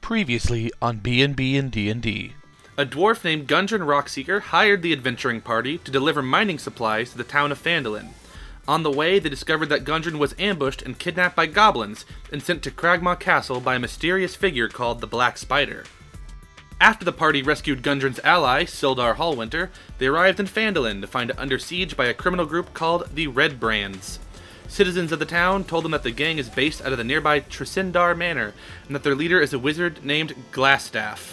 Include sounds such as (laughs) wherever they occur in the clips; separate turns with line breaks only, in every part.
Previously on B&B and D&D.
A dwarf named Gundren Rockseeker hired the adventuring party to deliver mining supplies to the town of Phandalin. On the way, they discovered that Gundren was ambushed and kidnapped by goblins and sent to Kragma Castle by a mysterious figure called the Black Spider. After the party rescued Gundren's ally, Sildar Hallwinter, they arrived in Phandalin to find it under siege by a criminal group called the Red Brands. Citizens of the town told them that the gang is based out of the nearby Trisindar Manor and that their leader is a wizard named Glassstaff.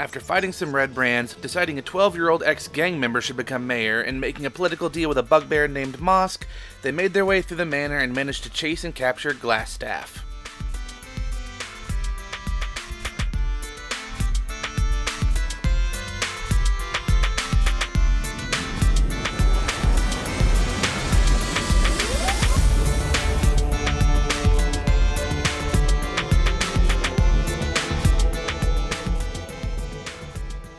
After fighting some Red Brands, deciding a 12 year old ex gang member should become mayor, and making a political deal with a bugbear named Mosk, they made their way through the manor and managed to chase and capture Glassstaff.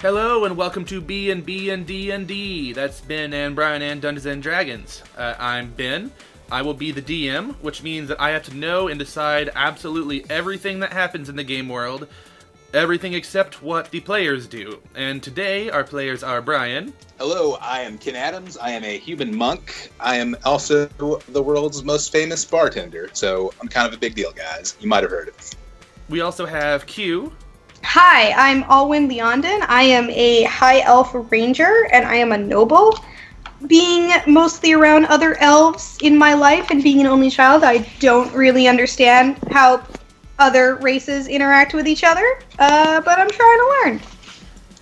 Hello and welcome to B and B and D and D. That's Ben and Brian and Dungeons and Dragons. Uh, I'm Ben. I will be the DM, which means that I have to know and decide absolutely everything that happens in the game world, everything except what the players do. And today, our players are Brian,
Hello, I am Ken Adams. I am a human monk. I am also the world's most famous bartender, so I'm kind of a big deal, guys. You might have heard of me.
we also have Q,
Hi, I'm Alwyn Leondon. I am a high elf ranger and I am a noble. Being mostly around other elves in my life and being an only child, I don't really understand how other races interact with each other, uh, but I'm trying to learn.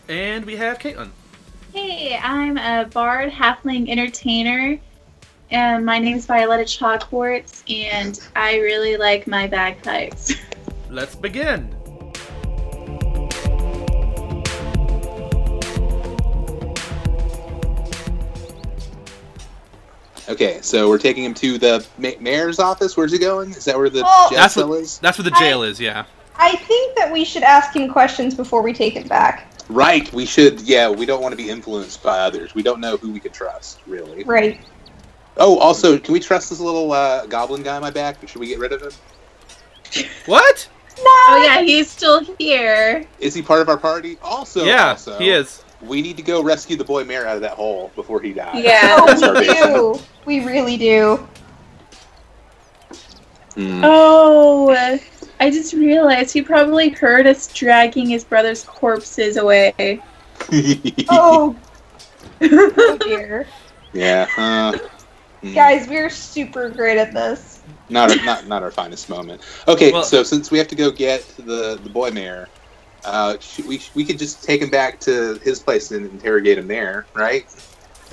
and we have Caitlin.
Hey, I'm a bard halfling entertainer, and my name's Violetta Chalkwarts, and I really like my bagpipes. (laughs)
Let's begin.
Okay, so we're taking him to the ma- mayor's office. Where's he going? Is that where the
Oh.
jail
That's
cell
what-
is?
That's where the jail is. Yeah.
I think that we should ask him questions before we take him back.
Right. We should. Yeah, we don't want to be influenced by others. We don't know who we can trust, really.
Right.
Oh, also, can we trust this little uh, goblin guy on my back? Should we get rid of him?
What?
No!
Oh
(laughs)
yeah, he's still here.
Is he part of our party? Also,
yeah,
also,
he is.
We need to go rescue the boy mayor out of that hole before he dies. (laughs)
Yeah.
Oh,
(laughs)
we do. We really do.
Hmm.
Oh, I just realized he probably heard us dragging his brother's corpses away. (laughs)
(laughs)
Oh, oh dear.
Yeah. Uh, mm,
Guys, we're super great at this.
Not, our, not not our finest moment. Okay,
Well-
so since we have to go get the the boy mayor, uh, should we we could just take him back to his place and interrogate him there, right?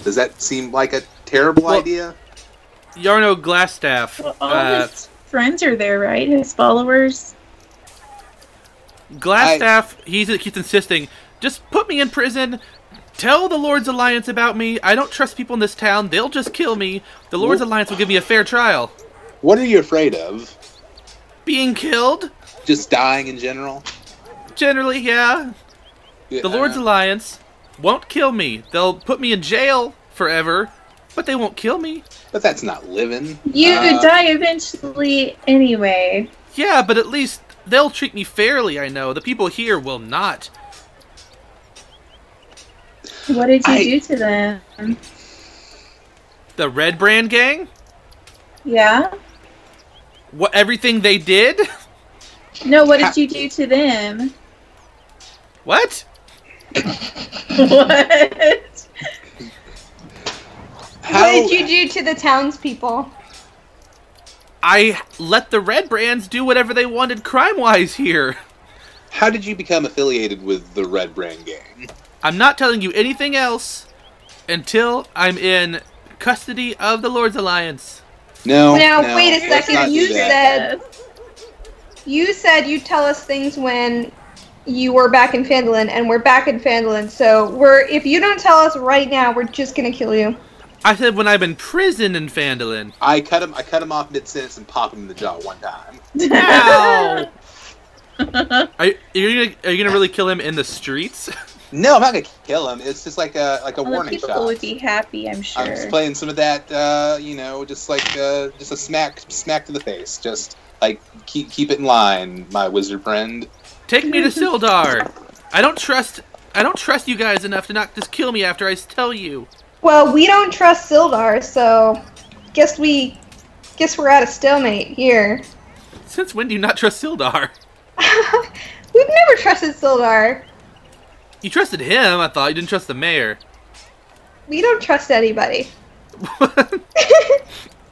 Does that seem like a terrible
Well-
idea?
Yarno Glassstaff.
Well, all
uh,
his friends are there, right? His followers.
Glassstaff, he's he keeps insisting, just put me in prison. Tell the Lord's Alliance about me. I don't trust people in this town. They'll just kill me. The Lord's
Whoa.
Alliance will give me a fair trial.
What are you afraid of?
Being killed?
Just dying in general?
Generally, yeah. The Lord's
Uh,
Alliance won't kill me. They'll put me in jail forever, but they won't kill me.
but that's not living.
You
Uh,
die eventually anyway.
Yeah, but at least they'll treat me fairly, I know. The people here will not.
What did you
I-
do to them?
The Red Brand Gang?
Yeah.
What everything they did? (laughs)
No, what did you do to them?
What?
(laughs)
what?
How,
What did you do to the townspeople?
I let the Red Brands do whatever they wanted crime wise here.
how did you become affiliated with the Red Brand Gang?
I'm not telling you anything else until I'm in custody of the Lord's Alliance.
No.
Now,
no,
wait a
let's
second,
not do
you
that.
said- You said you'd tell us things when you were back in Fandolin, and we're back in Fandolin. So we're if you don't tell us right now, we're just gonna kill you.
I said when I'm in prison in Phandalin.
I cut him. I cut him off mid sentence and pop him in the jaw one time.
(laughs)
Ow! are, you, are, you gonna, are you gonna really kill him in the streets? (laughs)
No, I'm not gonna kill him. It's just like a like a
Well, the
warning
people
shot.
would be happy, I'm sure.
I'm just playing some of that, uh, you know, just like uh, just a smack, smack to the face. Just like keep keep it in line, my wizard friend.
Take me to Sildar. I don't trust. I don't trust you guys enough to not just kill me after I tell you.
Well, we don't trust Sildar, so guess we guess we're at a stalemate here. (laughs)
Since when do you not trust Sildar?
We've never trusted Sildar.
You trusted him, I thought. You didn't trust the mayor. (laughs)
We don't trust anybody.
oh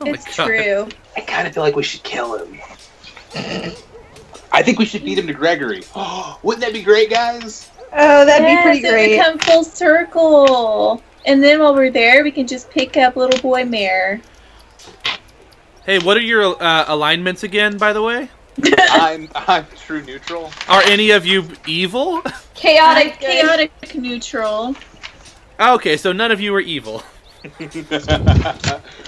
my
it's
God.
true.
I kind of feel like we should kill him. I think we should beat him to Gregory. (gasps) Oh, wouldn't that be great,
(laughs)
guys?
Oh, that'd
yes,
be pretty
it
great.
would come full circle. And then while we're there, we can just pick up little boy Mare.
Hey, what are your uh, alignments again, by the way?
I'm I'm true neutral. (laughs)
Are any of you evil? (laughs)
chaotic, chaotic.
chaotic neutral.
Ah, okay, so none of you are evil.
but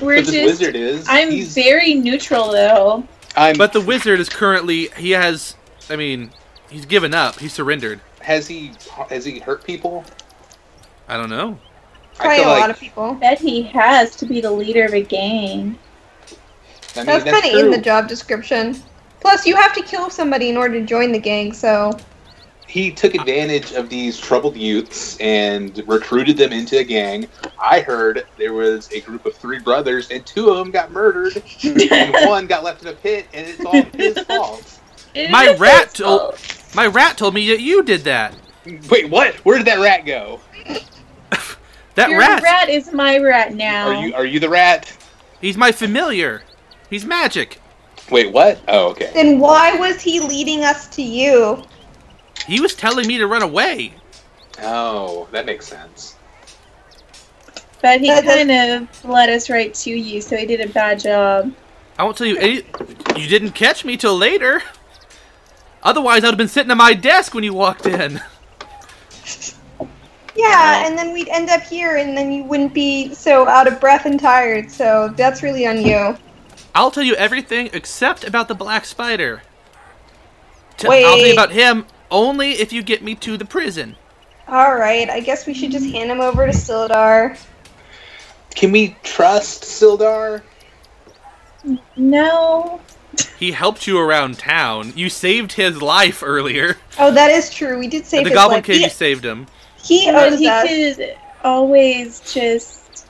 We're
this
just.
wizard is.
I'm
he's-
very neutral though.
I'm.
But the wizard is currently. He has. I mean, he's given up. He surrendered.
has he has he hurt people?
I don't know.
I
Probably
feel
a
like
lot of people.
Bet he has to be the leader of
(laughs)
a gang.
I mean,
That's, kind of in
true.
the job description. Plus, you have to kill somebody in order to join the gang, so
He took advantage of these troubled youths and recruited them into a gang. I heard there was a group of three brothers, and two of them got murdered, (laughs) and one got left in a pit, and it's all (laughs) his fault.
It
My
is his
rat oh,
fault.
My rat told me that you did that.
Wait, what? Where did that rat go?
That
Your
rat.
rat is my rat now.
Are you
Um,
are you the rat?
He's my familiar. He's magic.
Wait, what? Oh, okay.
then why was he leading us to you?
He was telling me to run away.
Oh, that makes sense.
But he
That- that-
kind of led us right to you, so he did a bad job.
I won't tell you any. You didn't catch me till later. Otherwise, I'd have been sitting at my desk when you walked in. (laughs)
Yeah, and then we'd end up here, and then you wouldn't be so out of breath and tired. So that's really on you.
I'll tell you everything except about the black spider. T- I'll tell you
Wait.
about him only if you get me to the prison.
All right, I guess we should just hand him over to Sildar.
Can we trust Sildar?
No.
He helped you around town. You saved his life
(laughs)
earlier.
Oh, that is true. We did save
At the
his
Goblin
life.
Cave,
He,
you saved him.
he
But
owes
he
us.
could always just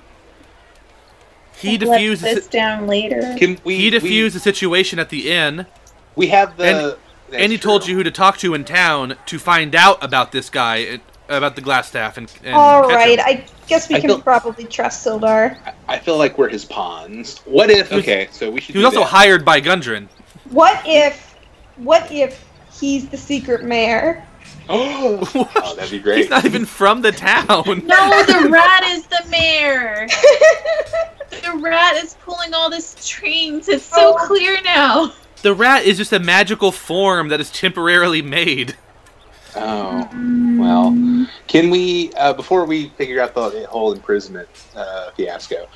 He
let
diffused.
this down later.
Can we?
He diffused
We,
the situation at the inn,
we have the. that's
and he told
true.
you who to talk to in town to find out about this guy, uh, about the glass staff, and, and
All
catch him.
right, I guess we
I
can
feel-
probably trust Sildar.
I feel like we're his pawns. What if?
He was-
Okay, so we should.
He was
do
also
that.
hired by Gundren.
What if, what if he's the secret mayor?
(gasps) Oh,
What?
that'd
(laughs)
be
He's
great.
not even from the town.
(laughs)
No, the (laughs) rat is the (laughs) mayor. The rat is pulling all the strings. It's so
Oh.
clear now.
The rat is just a magical form that is temporarily made.
Oh,
Mm,
well. Can we? Uh, before we figure out the whole imprisonment uh, fiasco,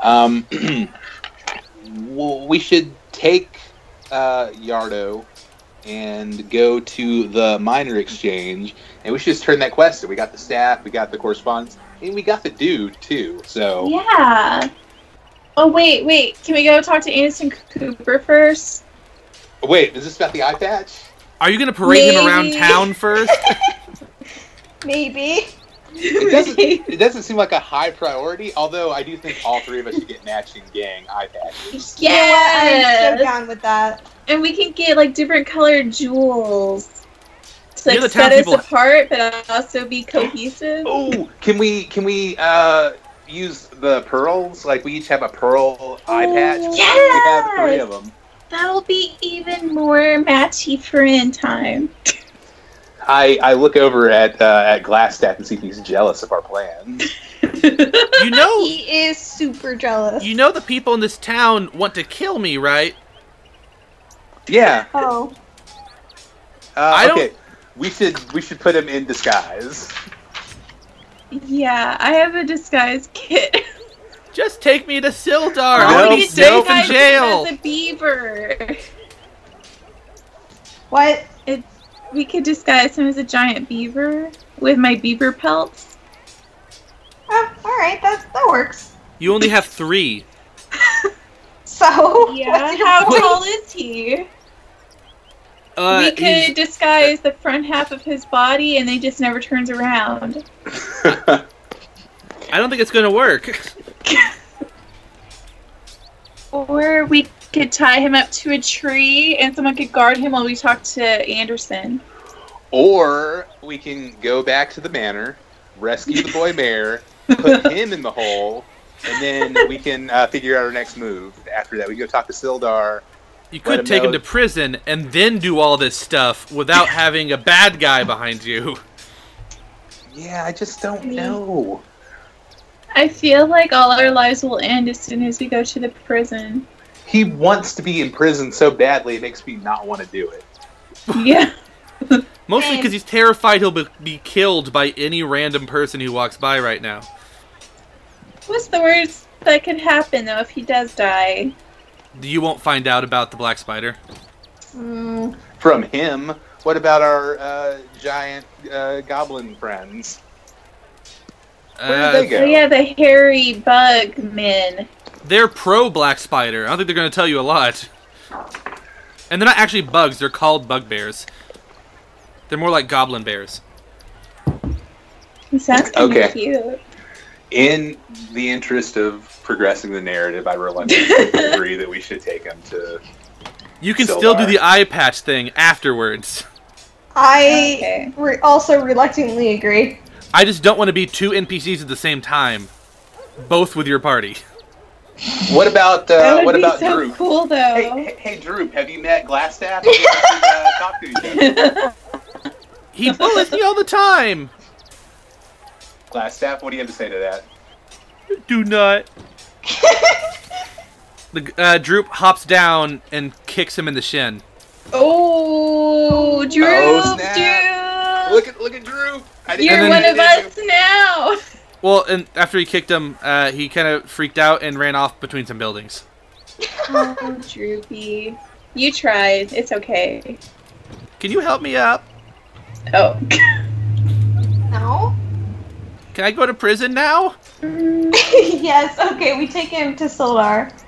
um, (clears throat) well, we should take uh, Yardo and go to the minor exchange, and we should just turn that quest. in. We got the staff, we got the correspondence, and we got the dude too. So
Yeah. Oh wait, wait. Can we go talk to Anderson Cooper first?
wait, is this about the eye patch?
Are you gonna parade him around
Maybe.
town first?
Maybe.
It doesn't.
(laughs)
it doesn't seem like a high priority. Although I do think all three of us should get matching gang eye patches.
You know what? I'm
Yes.
so down with that.
and we can get like different colored jewels to
You're
like,
the
set us
townspeople.
apart, but also be cohesive.
Oh, can we can we uh, use the pearls? Like we each have a pearl eye patch.
Yes!
We have three of them.
That'll be even more matchy for end time.
I, I look over at uh, at Glassstaff and see if he's jealous of our plan.
you
(laughs)
know,
He is super jealous.
you know the people in this town want to kill me, right?
Yeah.
Oh,
Uh,
I don't-
okay. We should we should put him in (laughs) disguise.
Yeah, I have a disguise kit.
Just take me to Sildar. I
Nope,
want to
I'll
be
you
safe
guys
in jail.
As a beaver.
what?
we could disguise him as a giant beaver with my beaver pelts.
Oh, all right, that that works.
You only have three.
So (laughs) what's your
How
point?
tall is he?
Uh,
we
he's-
could disguise the front half of his body, and they just never turns around.
I don't think it's gonna work.
Or we could tie him up to a tree, and someone could guard him while we talk to Anderson.
Or we can go back to the manor, rescue the boy mayor,
(laughs)
put him in the hole, and then we can uh, figure out our next move. After that, we go talk to Sildar.
You
Let him
could take him
know.
to prison and then do all this stuff without having a bad guy behind you.
Yeah, I just don't know.
I feel like all our lives will end as soon as we go to the (laughs) prison.
He wants to be in prison so badly, it makes me not want to do it.
Yeah.
Mostly
Same.
because he's terrified he'll be, be killed by any random person who walks by right now.
What's the worst that could happen though if he does die?
You won't find out about the black spider.
Mm,
From him, what about our uh, giant uh, goblin friends? Where
uh,
did they go?
Oh yeah, the hairy bug men.
They're pro black spider. I don't think they're going to tell you a lot. And they're not actually bugs, they're called bugbears. They're more like goblin bears.
He sounds kind
(laughs)
of
Okay. Uh,
cute.
In the interest of progressing the narrative, I
(laughs)
reluctantly agree that we should take him to.
You can
Still
still do
are.
the eye patch thing afterwards.
I
Okay.
re- also reluctantly agree.
I just don't want to be two NPCs at the same time, both with your party.
What about
that
uh,
would
what
be
about
so
Droop?
cool though.
Hey, hey, hey, Droop, have you met Glassstaff? Have you
(laughs)
uh, talked to each other?
He bullies me all the time.
Glassstaff, what do you have to say to that?
Do not. the uh, Droop hops down and kicks him in the shin.
Oh, Drew,
Oh, snap.
dude,
Look at look at Droop. I didn't
you're
know
And
one
you
of
then-
did.
us now.
Well, and after he kicked him, uh, he kind of freaked out and ran off between some buildings.
oh, Droopy, you tried. It's okay.
Can you help me up?
(laughs)
Oh. (laughs)
No.
Can I go to prison now?
(laughs) yes. Okay. We take him to Sildar.
All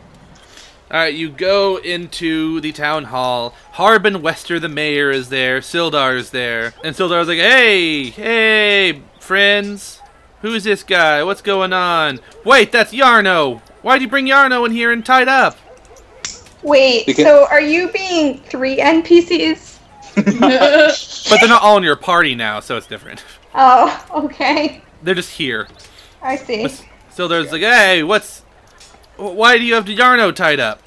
right, you go into the town hall. Harbin Wester, the mayor, is there. Sildar is there, and Sildar's like, "Hey, hey, friends, who's this guy? What's going on? Wait, that's Yarno. Why'd you bring Yarno in here and tied up?
Wait.
Because-
so are you being three NPCs?
But they're not all in your party now, so it's different. (laughs)
Oh. (laughs) Okay.
They're just here.
I see.
But Sildar's like, "Hey, what's? wh- Why do you have Yarno tied up?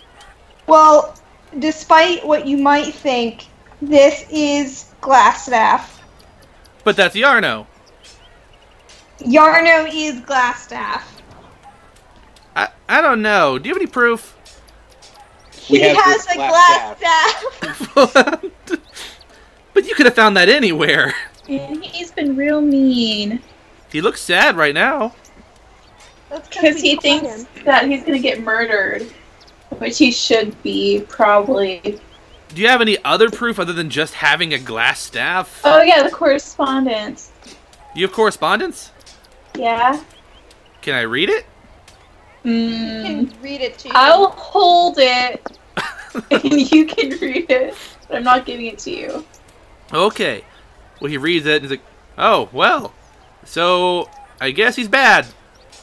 Well, despite what you might think, this is Glassstaff.
But that's Yarno.
Yarno is Glassstaff.
I, I don't know. Do you have any proof?"
We
he
have
has
this
a
glass
glass staff. (laughs)
(laughs) but you could have found that anywhere.
And he's been real mean
He looks sad right now.
That's
because
we
he
caught
thinks
him.
that he's gonna get murdered, which he should be probably.
Do you have any other proof other than just having a glass staff?
Oh yeah, the correspondence.
you have correspondence?
Yeah.
Can I read it?
I
Mm.
can read it to you.
I'll hold it, (laughs) and you can read it. But I'm not giving it to you. (laughs)
Okay. Well, he reads it and he's like, oh, well. So, I guess he's bad.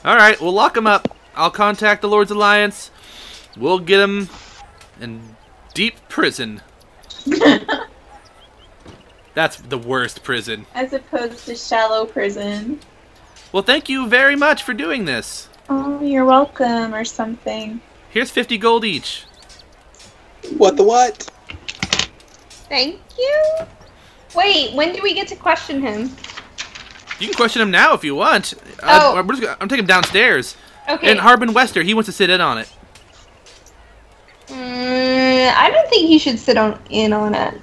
Alright, we'll lock him up. I'll contact the Lord's Alliance. We'll get him in deep prison. That's the worst prison.
As opposed to shallow prison.
Well, thank you very much for doing this.
Oh, you're welcome, or something.
Here's 50 gold each.
(laughs) What the what?
Thank you. Wait, when do we get to question him?
You can question him now if you want.
Oh.
Uh, we're just gonna- I'm taking him downstairs.
Okay.
And Harbin Wester, he wants to sit in on it.
Mm, I don't think he should sit on in on it.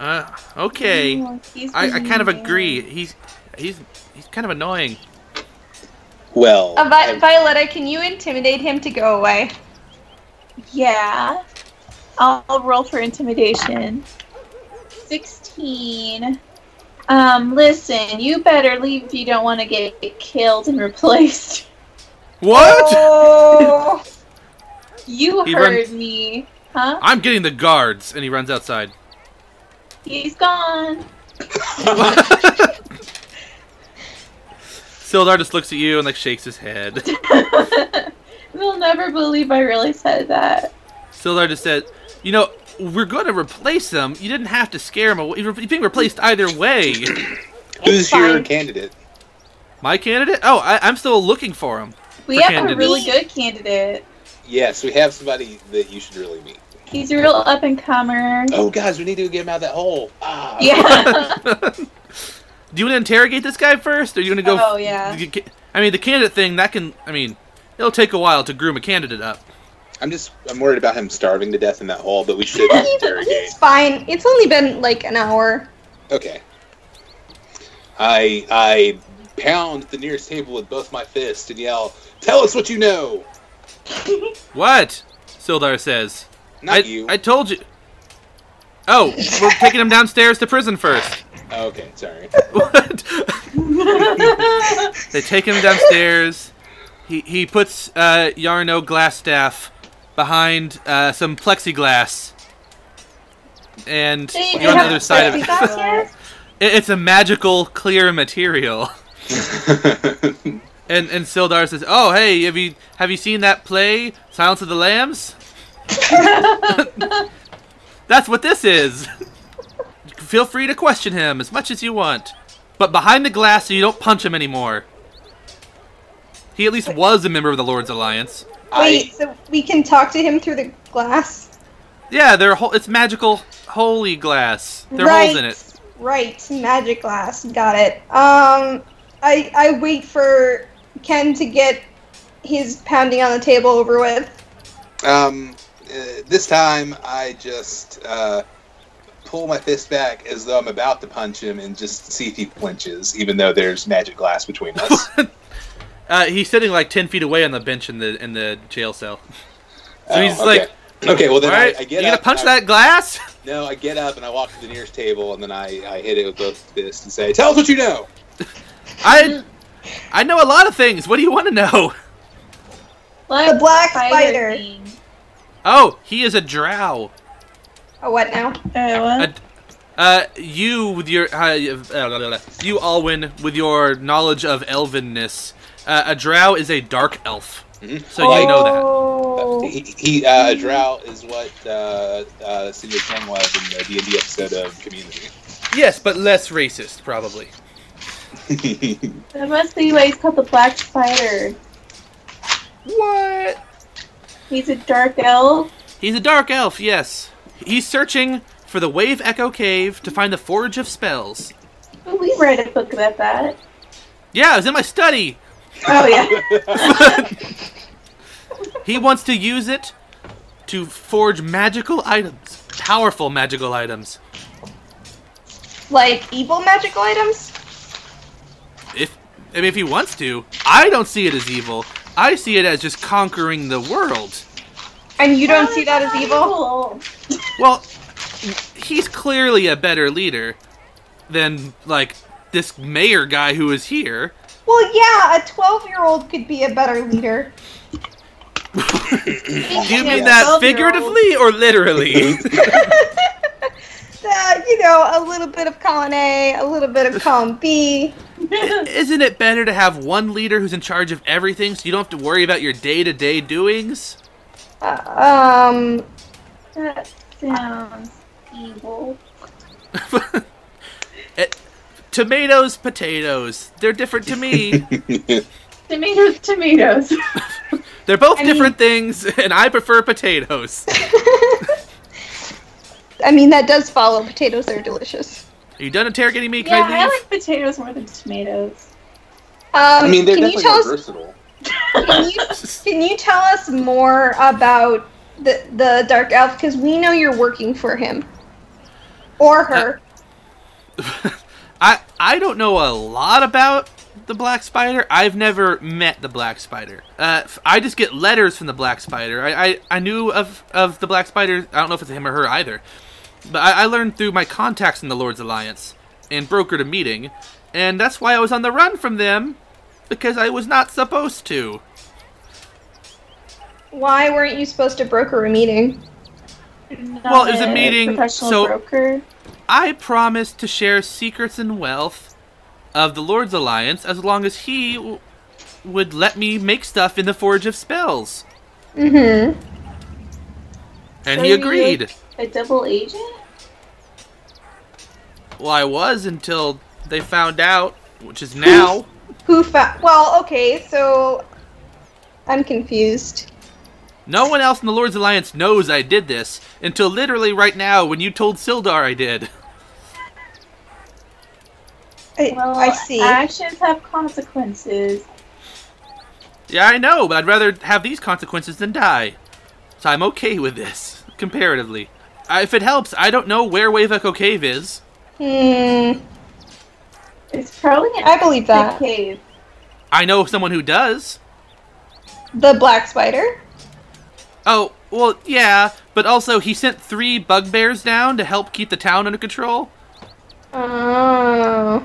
Uh, okay.
Oh, he's
I, I
being
kind of
mean.
agree. He's he's he's kind of annoying.
Well,
Uh, Vi- Violetta, can you intimidate him to go away?
Yeah. I'll, I'll roll for intimidation. 16. Um, listen, you better leave if you don't want to get killed and (laughs) replaced.
(laughs) What?
Oh.
You
He
heard me. Huh?
I'm getting the guards, and he runs outside.
He's gone. (laughs)
Sildar just looks at you and like shakes his
(laughs)
head.
They'll never believe I really said that.
Sildar just said, "You know, we're going to replace him. You didn't have to scare him away. You're being replaced either
(coughs)
way."
(laughs) Who's
It's
your
fine.
candidate?
My candidate? Oh, I, I'm still looking for
(laughs)
him. (laughs)
We
For
have
candidates.
a really good candidate.
Yes, we have somebody that you should really meet.
He's a real up and comer.
Oh, guys, we need to get him out of that hole. Ah.
(laughs) Yeah.
Do you want to interrogate this guy first, or do you want to go? (laughs)
oh yeah. (laughs)
You ca- I mean, the candidate thing that can. I mean, it'll take a while to groom a candidate up.
I'm just I'm worried about him starving to death in that hole, but we
(laughs)
should interrogate.
It's fine. It's only been like an hour.
Okay. I I pound the nearest table with both my fists and yell, "Tell us what you know."
What? Sildar says.
Not
I,
you.
I told you. Oh,
(laughs)
we're taking him downstairs to prison first. (laughs)
Oh, okay, sorry. (laughs)
What? they take him downstairs. He he puts uh, Yarno Glassstaff behind uh, some plexiglass, and
They
you're on the
have
other side of
(laughs)
it. (laughs)
plexiglass here?
It- It's a magical clear material. And and Sildar says, "Oh, hey, have you have you seen that play, Silence of the Lambs? That's what this is. Feel free to question him as much as you want, but behind the glass, so you don't punch him anymore. He at least was a member of the Lords Alliance.
Wait,
I
so we can talk to him through the glass?
Yeah, they're whole, it's magical holy glass. There are holes in it.
Right, magic glass. Got it. Um, I I wait for Ken to get his pounding on the table over with.
um uh, this time I just uh, pull my fist back as though I'm about to punch him and just see if he flinches, even though there's magic glass between us.
Uh, he's sitting like ten feet away on the bench in the in the jail cell. So
Oh,
he's
okay.
like,
okay, well then
"All right,
I, I get
you
up.
gonna punch
I-
that glass?"
No, I get up and I walk to the nearest table and then I, I hit it with both fists and say, "Tell us what you know."
I I know a lot of things. What do you want to know? (laughs)
Black
The black spider.
thing.
Oh, he is a drow.
Oh, what now?
Oh,
A-
what?
Uh, you with your uh, uh, la, la, la. you Alwyn with your knowledge of elvenness, uh, a drow is a dark elf.
Mhm.
So you know that.
know
He, he uh, Drow is what uh, uh, Senior Ken was in the D and D episode of
(laughs)
Community.
Yes, but less racist probably.
That must be why he's called the black spider.
What?
He's a dark elf.
He's a dark elf. Yes, he's searching for the Wave Echo Cave to find the Forge of Spells.
But we read a book about that.
Yeah, it was in my study.
(laughs)
Oh yeah.
He wants to use it to forge magical items, powerful magical items.
Like evil magical items?
If I mean, if he wants to, I don't see it as evil. I see it as just conquering the world.
And you don't see that as evil?
Well, he's clearly a better leader than like this mayor guy who is here.
Well, yeah, a 12 year old could be a better leader.
(laughs)
Do you mean that figuratively or literally? (laughs)
Uh, you know, a little bit of column A, a little bit of column B.
Isn't it better to have one leader who's in charge of everything, so you don't have to worry about your day-to-day doings?
Uh, um,
That sounds evil.
Tomatoes, potatoes. They're different to me.
Tomatoes, tomatoes.
They're both
I mean-
different things, (laughs) and I prefer potatoes. Are
I mean, that does follow. Potatoes are delicious.
you done interrogating me? Can
yeah,
I leave?
I like potatoes more than tomatoes.
Um,
I mean, they're
can you
definitely
tell
more
us?
versatile.
Can you, can you tell us more about the the dark elf? Because we know you're working for him or her.
I I don't know a lot about the black spider. I've never met the black spider. Uh, f- I just get letters from the black spider. I, I, I knew of, of the black spider. I don't know if it's him or her either. But I, I learned through my contacts in the Lord's Alliance and brokered a meeting, and that's why I was on the run from them because I was not supposed to.
Why weren't you supposed to broker a meeting?
Well, it was a meeting,
Professional
so-
broker.
I promised to share secrets and wealth of the Lord's Alliance as long as he w- would let me make stuff in the Forge of Spells.
Mm-hmm.
And
So
he
you
agreed.
A double agent?
Well, I was until they found out, which is now.
Who found? Well, okay, so I'm confused.
No one else in the Lord's Alliance knows I did this until literally right now when you told Sildar I did. (laughs)
I,
Well,
I see.
Actions have consequences.
Yeah, I know, but I'd rather have these consequences than die. So I'm okay with this, (laughs) comparatively. I, if it helps, I don't know where Wave Echo Cave is.
Hmm.
It's probably an
I believe that.
cave.
I know someone who does.
The black spider.
Oh, well, yeah, but also he sent three bugbears down to help keep the town under control,
Oh.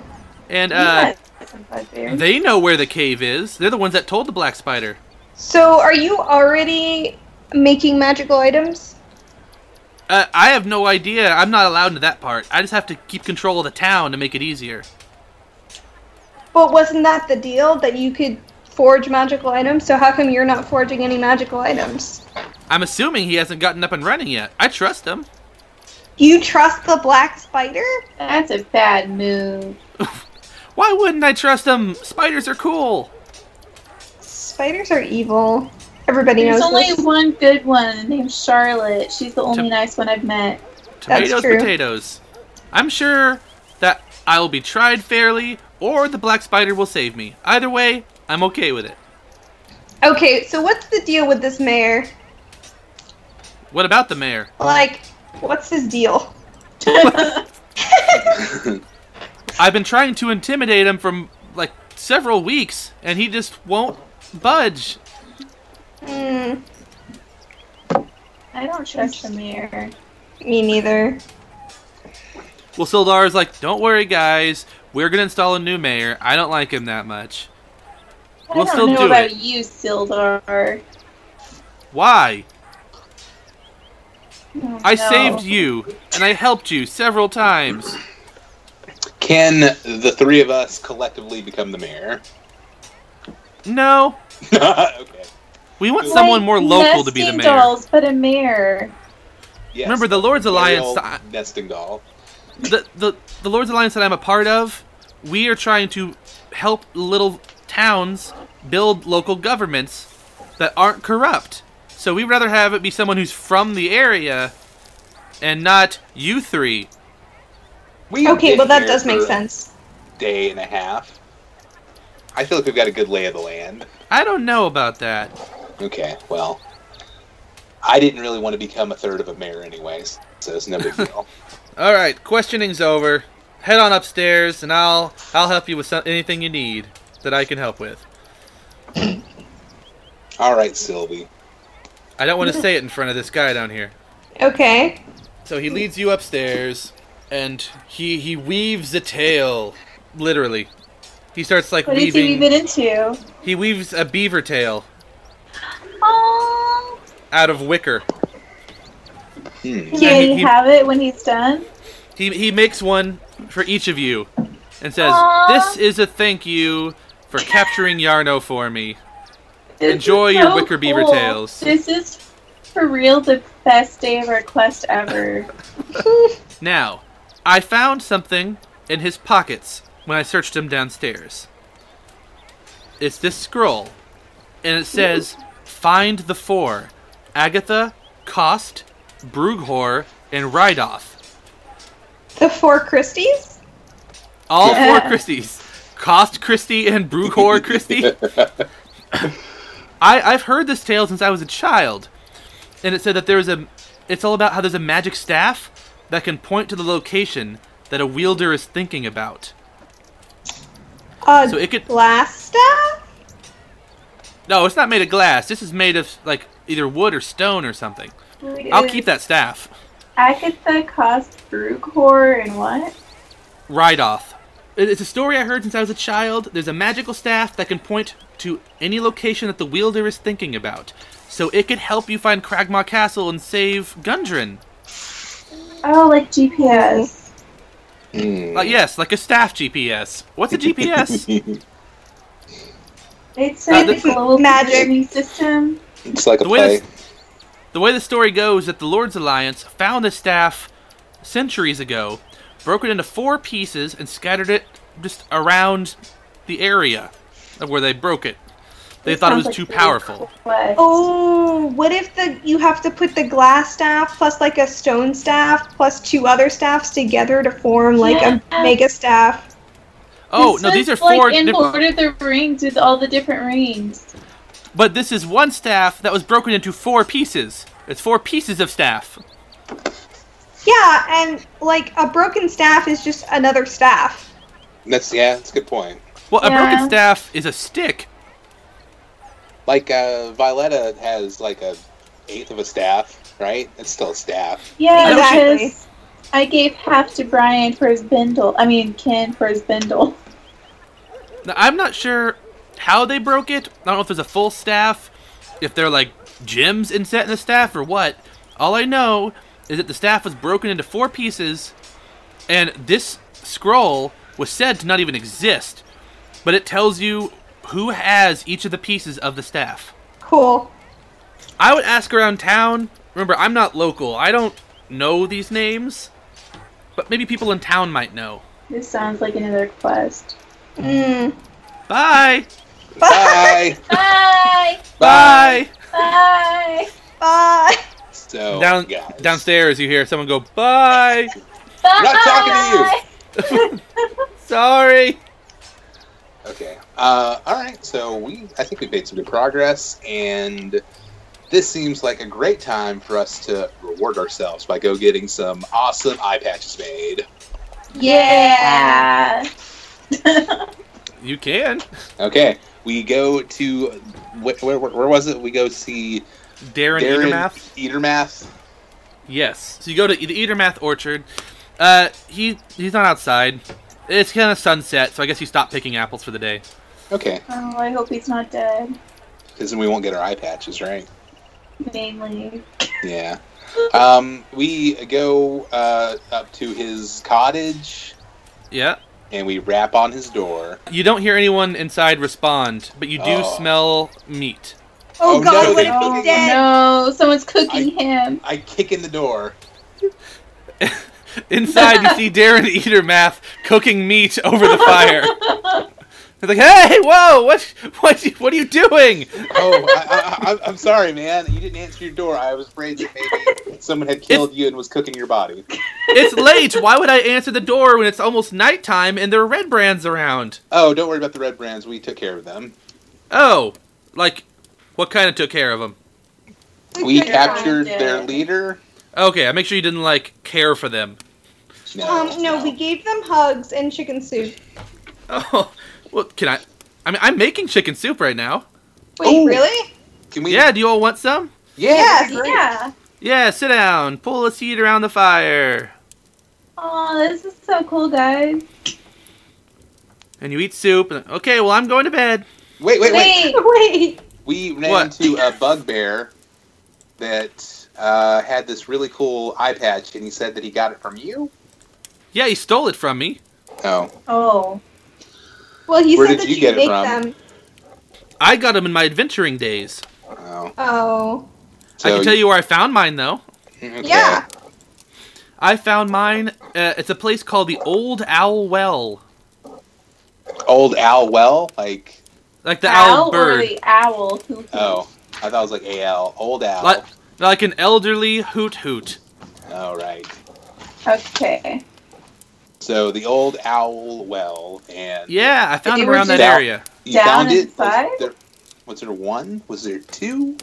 and
You
uh,
got some bugbears.
they know where the cave is. They're the ones that told the Black Spider.
So, are you already making magical items?
Uh, I have no idea. I'm not allowed into that part. I just have to keep control of the town to make it easier.
But wasn't that the deal that you could forge magical items? So how come you're not forging any magical items?
I'm assuming he hasn't gotten up and running yet. I trust him.
You trust the black spider?
That's a bad move.
Why wouldn't I trust him? Spiders are cool.
Spiders are evil. Everybody
There's
knows
only
this.
one good one named Charlotte. She's the only nice one
(laughs)
I've met.
Tomatoes,
true.
potatoes. I'm sure that I will be tried fairly, or the Black Spider will save me. Either way, I'm okay with it.
Okay, so what's the deal with this mayor?
What about the mayor?
Like, what's his deal?
I've been trying to intimidate him from like several weeks, and he just won't budge.
Mm,
I don't trust the mayor.
me neither.
Well, Sildar is like, "Don't worry, guys. We're gonna install a new mayor. I don't like him that much.
I
We'll
don't
still
know
do
about
it.
you, Sildar.
Why?
Oh,
I
no.
saved you, and I helped you several times.
Can the three of us collectively become the mayor? (laughs)
No,
okay.
we want
Like
someone more local to be the
nesting
mayor.
dolls, but a mayor.
Yes.
Remember the Lord's Alliance. uh, I-
Ariel nesting doll.
the, the the Lord's Alliance that I'm a part of, we are trying to help little towns build local governments that aren't corrupt. So we'd rather have it be someone who's from the area and not you three.
We have
Okay,
been
well that
here
does make
for a
sense.
Day and a half. I feel like we've got a good lay of the land.
I don't know about that.
Okay, well, I didn't really want to become a third of a mayor, anyways, so it's no
(laughs)
big deal.
All right, questioning's over. Head on upstairs and I'll I'll help you with some, anything you need that I can help with.
All right, Sylvie.
I don't want to say it in front of this guy down here.
Okay.
So he leads you upstairs, and he he weaves a tale, literally. He starts like
What did you
weaving.
even into?
He weaves a beaver tail
Oh,
out of wicker.
Hmm.
can
he-
you
he-
have it when he's done?
He he makes one for each of you, and says,
Aw.
"This is a thank you for capturing Yarno for me."
This
Enjoy
is
your wicker beaver tails.
This is for real the best day of our quest
(laughs)
ever.
Now, I found something in his pockets when I searched him downstairs. It's this scroll, and it says, "Find the four: Agatha, Cost, Brughor, and Rydoff.
The four Christies?
All
Yeah.
four Christies. Cost Christie and Brughor Christie. I, I've heard this tale since I was a child, and it said that there is a. It's all about how there's a magic staff that can point to the location that a wielder is thinking about.
Uh,
So it could.
glass staff?
No, it's not made of glass. This is made of like either wood or stone or something. I'll keep that staff.
Akatha cost Brughor and what?
Ride off. It's a story I heard since I was a child. There's a magical staff that can point to any location that the wielder is thinking about. So it could help you find Kragma Castle and save Gundren.
Oh, like GPS.
Hmm.
Uh, yes, like a staff GPS. What's a
(laughs)
GPS?
It's
Uh,
a
this-
global
Magic.
positioning system.
(laughs) it's like a
The way
play.
this- The way the story goes that the Lord's Alliance found the staff centuries ago, broke it into four pieces, and scattered it just around the area of where they broke it. They
It
thought it
sounds
was
like
too
a
powerful.
quest.
Oh, what if the you have to put the glass staff plus like a stone staff plus two other staffs together to form like
Yeah.
a mega staff?
Oh,
This
no, these are
was like
four
in
different.
Lord of the Rings with all the different rings.
But this is one staff that was broken into four pieces. It's four pieces of staff.
Yeah, and like a broken staff is just another staff.
That's yeah, that's a good point.
Well, a
Yeah.
broken staff is a stick.
Like uh, Violetta has like a eighth of a staff, right? It's still
(laughs)
a staff.
Yeah,
Exactly.
because I gave half to Brian for his bindle. I mean, Ken for his bindle. (laughs)
Now, I'm not sure how they broke it. I don't know if there's a full staff, if they're like gems inset in the staff or what. All I know is that the staff was broken into four pieces, and this scroll was said to not even exist, but it tells you who has each of the pieces of the staff.
Cool.
I would ask around town. Remember, I'm not local. I don't know these names, but maybe people in town might know.
This sounds like another quest.
Mm. (laughs)
Bye.
Bye.
Bye!
Bye.
Bye!
Bye.
So
Down
Oh, guys.
downstairs, you hear someone go, "Bye,
Bye!
not talking to you.
sorry."
Okay. Uh, all right. So we, I think we made some good progress, and this seems like a great time for us to reward ourselves by go getting some awesome eye patches made.
Yeah!
You can.
Okay. We go to wh- where, where, where was it? We go see
Darren,
Darren
Eatermath.
Eatermath.
Yes. So you go to the Eatermath Orchard. Uh, he he's not outside. It's kind of sunset, so I guess he stopped picking apples for the day.
Okay,
Oh, I hope he's not dead.
because then we won't get our eye patches, right?
Mainly.
Yeah. Um, we go uh, up to his cottage
Yeah.
and we rap on his door.
You don't hear anyone inside respond, but you do
Oh.
smell meat.
Oh,
Oh,
God,
no,
what
they-
if
Oh,
he's dead?
no, someone's cooking him.
I kick in the door.
Inside, you see Darren Eatermath cooking meat over the fire. He's like, "Hey, whoa! What, what, what are you doing?"
Oh, I, I, I, I'm sorry, man. You didn't answer your door. I was afraid that maybe someone had killed you and was cooking your body.
It's late. Why would I answer the door when it's almost nighttime and there are red brands around?
Oh, don't worry about the red brands. We took care of them.
Oh, like, what kind of took care of them?
We
Okay.
captured their leader.
Okay, I make sure you didn't like care for them.
No,
Um, no, we gave them hugs and chicken soup.
Oh, well, can I? I mean, I'm making chicken soup right now.
Wait,
Oh.
really?
Can we?
yeah, do you all want some?
Yeah.
Yes.
great.
Yeah.
Yeah, sit down. Pull a seat around the fire,
Oh, this is so cool, guys.
and you eat soup. And, okay, well, I'm going to bed.
Wait, wait, wait.
Wait. (laughs)
We ran
What?
into a bugbear that uh, had this really cool eye patch, and he said that he got it from you.
Yeah, he stole it from me.
Oh,
Oh.
Well, he
Where
said
did
that
you
you,
get it
make
from?
them.
I got them in my adventuring days.
oh.
Oh.
I can tell you where I found mine, though.
okay.
Yeah.
I found mine. Uh, it's a place called the Old Owl Well,
Old Al Well, like
like the
owl,
owl, bird,
Or the owl. Who-
oh, I thought it was like Al. Old Al.
like, like an elderly hoot hoot.
All right.
Okay.
So the old owl well, and
Yeah, I found
They
them
were
around that
just-
area.
you
Down
found it.
inside?
Was there, was there one? Was there two?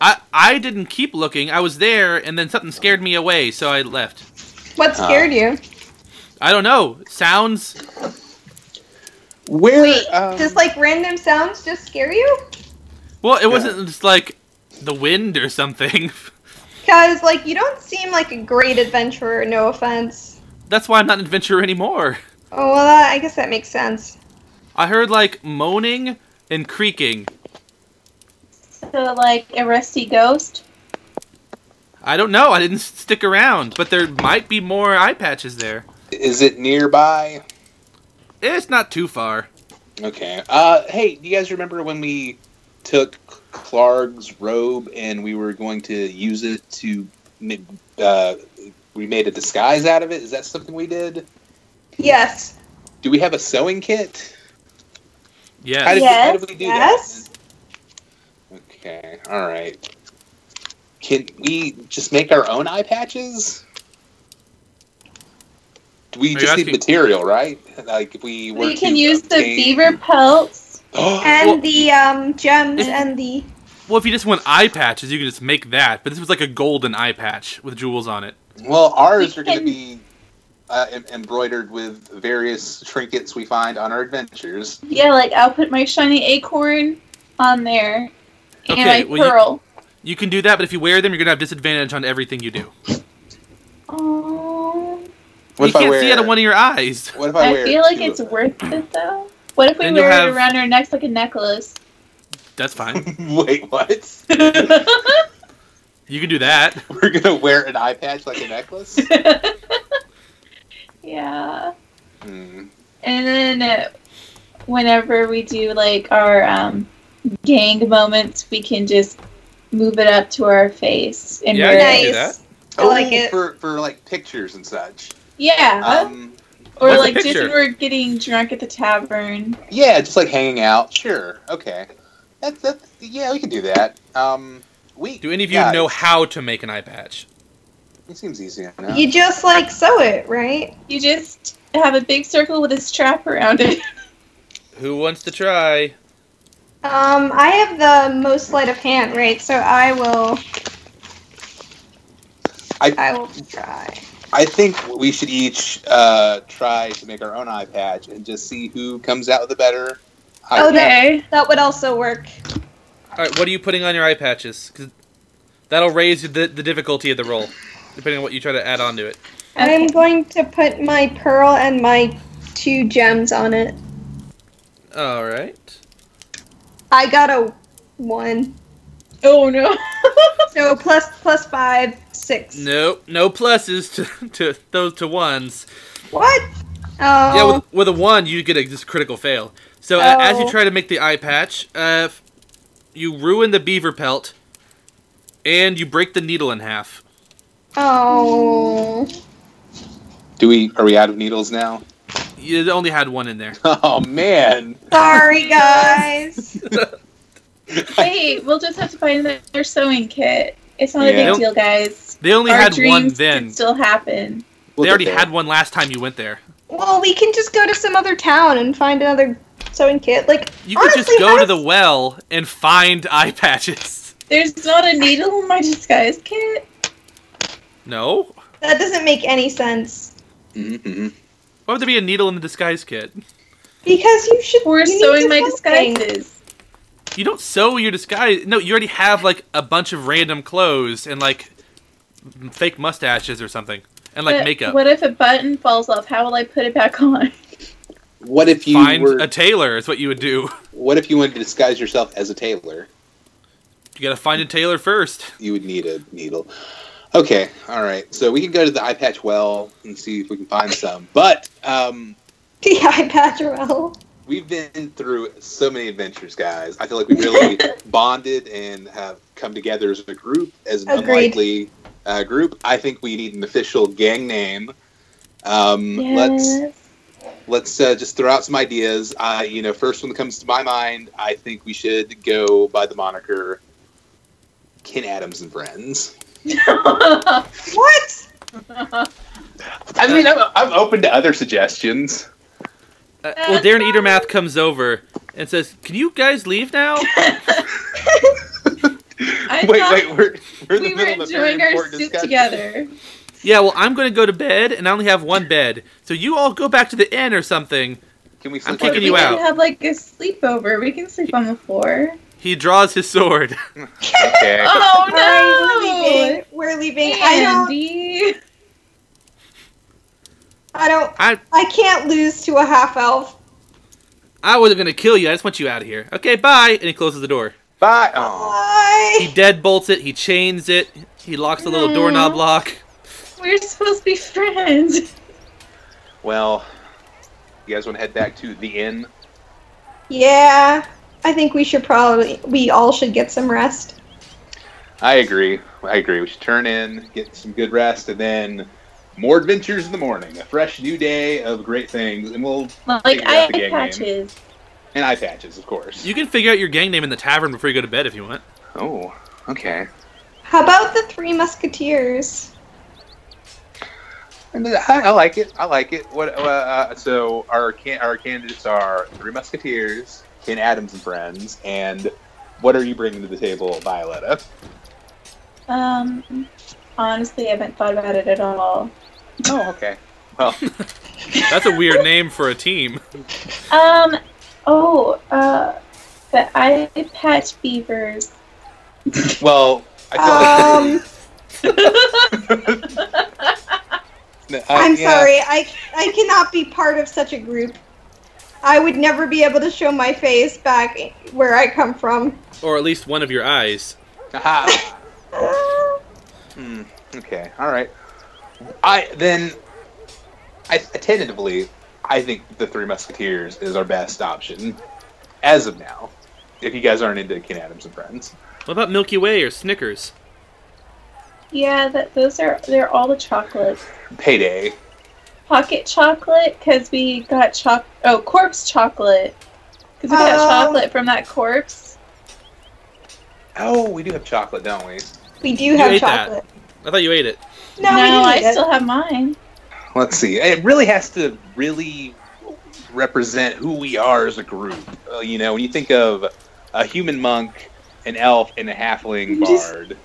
I I didn't keep looking. I was there, and then something scared me away, so I left.
What
Uh,
scared you?
I don't know. Sounds.
Where?
Wait,
um,
Just like random sounds just scare you?
Well, it wasn't just like the wind or something. (laughs)
because like you don't seem like a great adventurer. No offense.
That's why I'm not an adventurer anymore.
Oh well, that, I guess that makes sense.
I heard like moaning and creaking.
So, like a rusty ghost.
I don't know. I didn't s- stick around, but there might be more eye patches there.
Is it nearby?
It's not too far.
Okay. Uh, hey, do you guys remember when we took Clark's robe and we were going to use it to? ma- Uh, we made a disguise out of it. Is that something we did?
Yes.
Do we have a sewing kit? How
Yes.
did,
Yes,
how did we do
yes.
that? Okay. All right. Can we just make our own eye patches? We
you
just need
asking-
material, right? Like if we were
We can
to
use the
obtain- (gasps)
beaver pelts.
Oh,
And
Well-
the um, gems
Is-
and the
Well, if you just want eye patches, you can just make that. But this was like a golden eye patch with jewels on it.
Well, ours
We
are going to
can-
be uh, em- embroidered with various trinkets we find on our adventures.
Yeah, like I'll put my shiny acorn on there and
Okay,
my
well, you-
pearl.
You can do that, but if you wear them, you're gonna have disadvantage on everything you do.
Oh,
you can't see out of one of your eyes.
(laughs) What if I,
I,
wear
feel like
two
it's
of
worth it though. What if we
Then you'll
wear it
have-
around our necks like a
(laughs)
necklace? (laughs)
That's fine.
them? (laughs) Wait, what?
(laughs) You can do
(laughs)
that.
We're gonna wear an eye patch like a
(laughs)
necklace?
yeah.
Hmm.
And then uh, whenever we do like our um, gang moments, we can just move it up to our face and
Yeah,
wear
yeah,
it.
do
nice. I like
Oh,
it. Uh-huh.
for for like pictures and such.
Yeah.
Um,
or
what's the
like just
picture?
when we're getting drunk at the tavern.
yeah, just like hanging out. Sure, okay. That that yeah, we can do that. Um, we
Do any of you
yeah,
know how to make an eye patch?
It seems easy enough.
you just like sew it, right?
You just have a big circle with a strap around it.
Who wants to try?
Um, I have the most sleight of hand, right? So I will.
I-
I will try.
I think we should each uh, try to make our own eye patch and just see who comes out with the better. eye
Oh,
patch.
Okay.
That would also work.
All right, what are you putting on your eye patches? 'Cause that'll raise the, the difficulty of the roll, depending on what you try to add on to it.
I'm
Okay.
going to put my pearl and my two gems on it.
All right.
I got a
(laughs)
one.
(laughs)
(laughs)
Oh no.
So plus plus five, six.
Nope, no pluses to, (laughs) to those to ones.
What? Oh.
Yeah, with, with a one, you get a just critical fail. So uh, as you
Oh.
try to make the eye patch, uh, f- you ruin the beaver pelt, and you break the needle in half.
oh.
Do we are we out of needles now? (laughs)
You only had one in there.
Oh man.
Sorry, guys.
Wait, we'll just have to buy another sewing kit. It's not
Yeah.
a big deal, guys.
They only
Our
had one
dreams
then.
can still happen.
We'll
they
get
already
there.
had one last time you went there.
well, we can just go to some other town and find another sewing kit. Like
You could
Honestly,
just go to
that's-
the well and find eye patches. (laughs)
There's not a needle in my disguise kit.
No?
that doesn't make any sense
Mhm, mhm.
Why would there be a needle in the disguise kit?
because you should.
We're
you need
sewing
to
my
sew things. (laughs)
disguises.
You don't sew your disguise. No, you already have like a bunch of random clothes and like m- fake mustaches or something, and like
But
makeup.
What if a button falls off? How will I put it back on?
What if you
Find
were?
a tailor is what you would do. (laughs)
what if you wanted to disguise yourself as a tailor?
You gotta find a tailor first.
You would need a needle. Okay, all right. So we can go to the eye patch well and see if we can find some. But um,
The eye patch well.
we've been through so many adventures, guys. I feel like we really bonded and have come together as a group, as an
Agreed.
unlikely uh, group. I think we need an official gang name. Um, (laughs) Let's let's uh, just throw out some ideas. Uh, you know, first one that comes to my mind, I think we should go by the moniker Ken Adams and Friends.
What?
I mean, I'm, I'm open to other suggestions.
Uh, well, Darren Eatermath comes over and says, "Can you guys leave now?"
I
(laughs) wait,
thought
wait, we're, we're in the
(laughs) we were
middle of a very
enjoying our
important
soup
discussion.
together.
yeah, well, I'm gonna go to bed, and I only have one bed, so you all go back to the inn or something.
Can we
I'm
slip
kicking
over
we
you
can
out. (laughs)
have like a sleepover. We can sleep on the floor.
He draws his sword. (laughs)
Okay.
(laughs) Oh
Alright, we're
no!
leaving. We're leaving. I don't.
Andy.
I don't.
I
I can't lose to a half elf.
I wasn't gonna kill you. I just want you out of here. Okay, bye. And he closes the door.
Bye. Oh.
(laughs)
He
Bye.
deadbolts it. He chains it. He locks the little doorknob lock.
We're supposed to be friends. (laughs)
Well, you guys want to head back to the inn?
Yeah. I think we should probably. We all should get some rest.
I agree. I agree. We should turn in, get some good rest, and then more adventures in the morning. A fresh new day of great things, and we'll
Like
Figure
eye
out the gang name.
patches.
and eye patches, of course.
You can figure out your gang name in the tavern before you go to bed if you want.
Oh, okay.
How about the Three Musketeers?
And I, I like it. I like it. What? Uh, uh, so our can- our candidates are Three Musketeers, Ken Adams and Friends, and what are you bringing to the table, Violetta?
Um, honestly, I haven't thought about it at all.
Oh, okay. Well,
That's a weird name for a team.
Um, oh, uh, the eye patch beavers.
well, I feel like
Um,
No, (laughs) I-
Um, I'm
yeah.
sorry. I I cannot be part of such a group. I would never be able to show my face back where I come from.
Or at least one of your eyes.
Aha.
Uh,
Hmm, okay. All right. I then, I tentatively, I think the Three Musketeers is our best option as of now. If you guys aren't into Ken Adams and Friends,
What about Milky Way or Snickers?
Yeah, that those are they're all the chocolates.
payday.
Pocket chocolate, cause we got choc. Oh, corpse chocolate, cause we got
Oh.
chocolate from that corpse.
Oh, we do have chocolate, don't we?
we do have
ate that.
chocolate.
I thought you ate it.
No, we didn't
I
eat it.
still have mine.
Let's see. It really has to really represent who we are as a group. Uh, you know, when you think of a human monk, an elf, and a halfling
You just-
bard.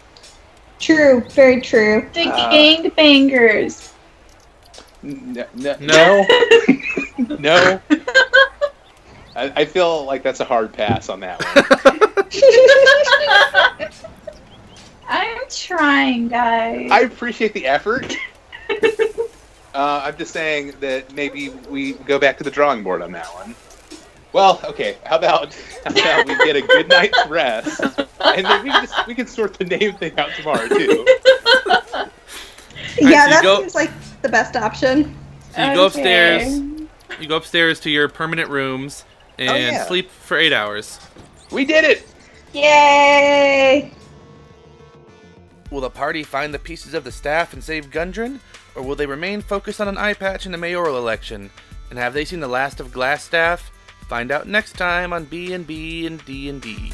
True. Very true.
The
Uh.
(laughs)
gang gangbangers. (laughs)
N- n-
No.
no. no. I, I feel like that's a hard pass on that one.
I'm trying, guys.
I appreciate the effort. uh, I'm just saying that maybe we go back to the drawing board on that one. Well, okay. How about how about we get a good night's rest, and then we can, just, we can sort the name thing out tomorrow too.
Alright,
yeah,
so you
that
go-
seems like the best option.
So you go upstairs. You go upstairs to your permanent rooms and
yeah.
sleep for eight hours.
We did it.
Yay!
Will the party find the pieces of the staff and save Gundren, or will they remain focused on an eye patch in the mayoral election? And have they seen the last of Glass Staff? Find out next time on B and B and D and D.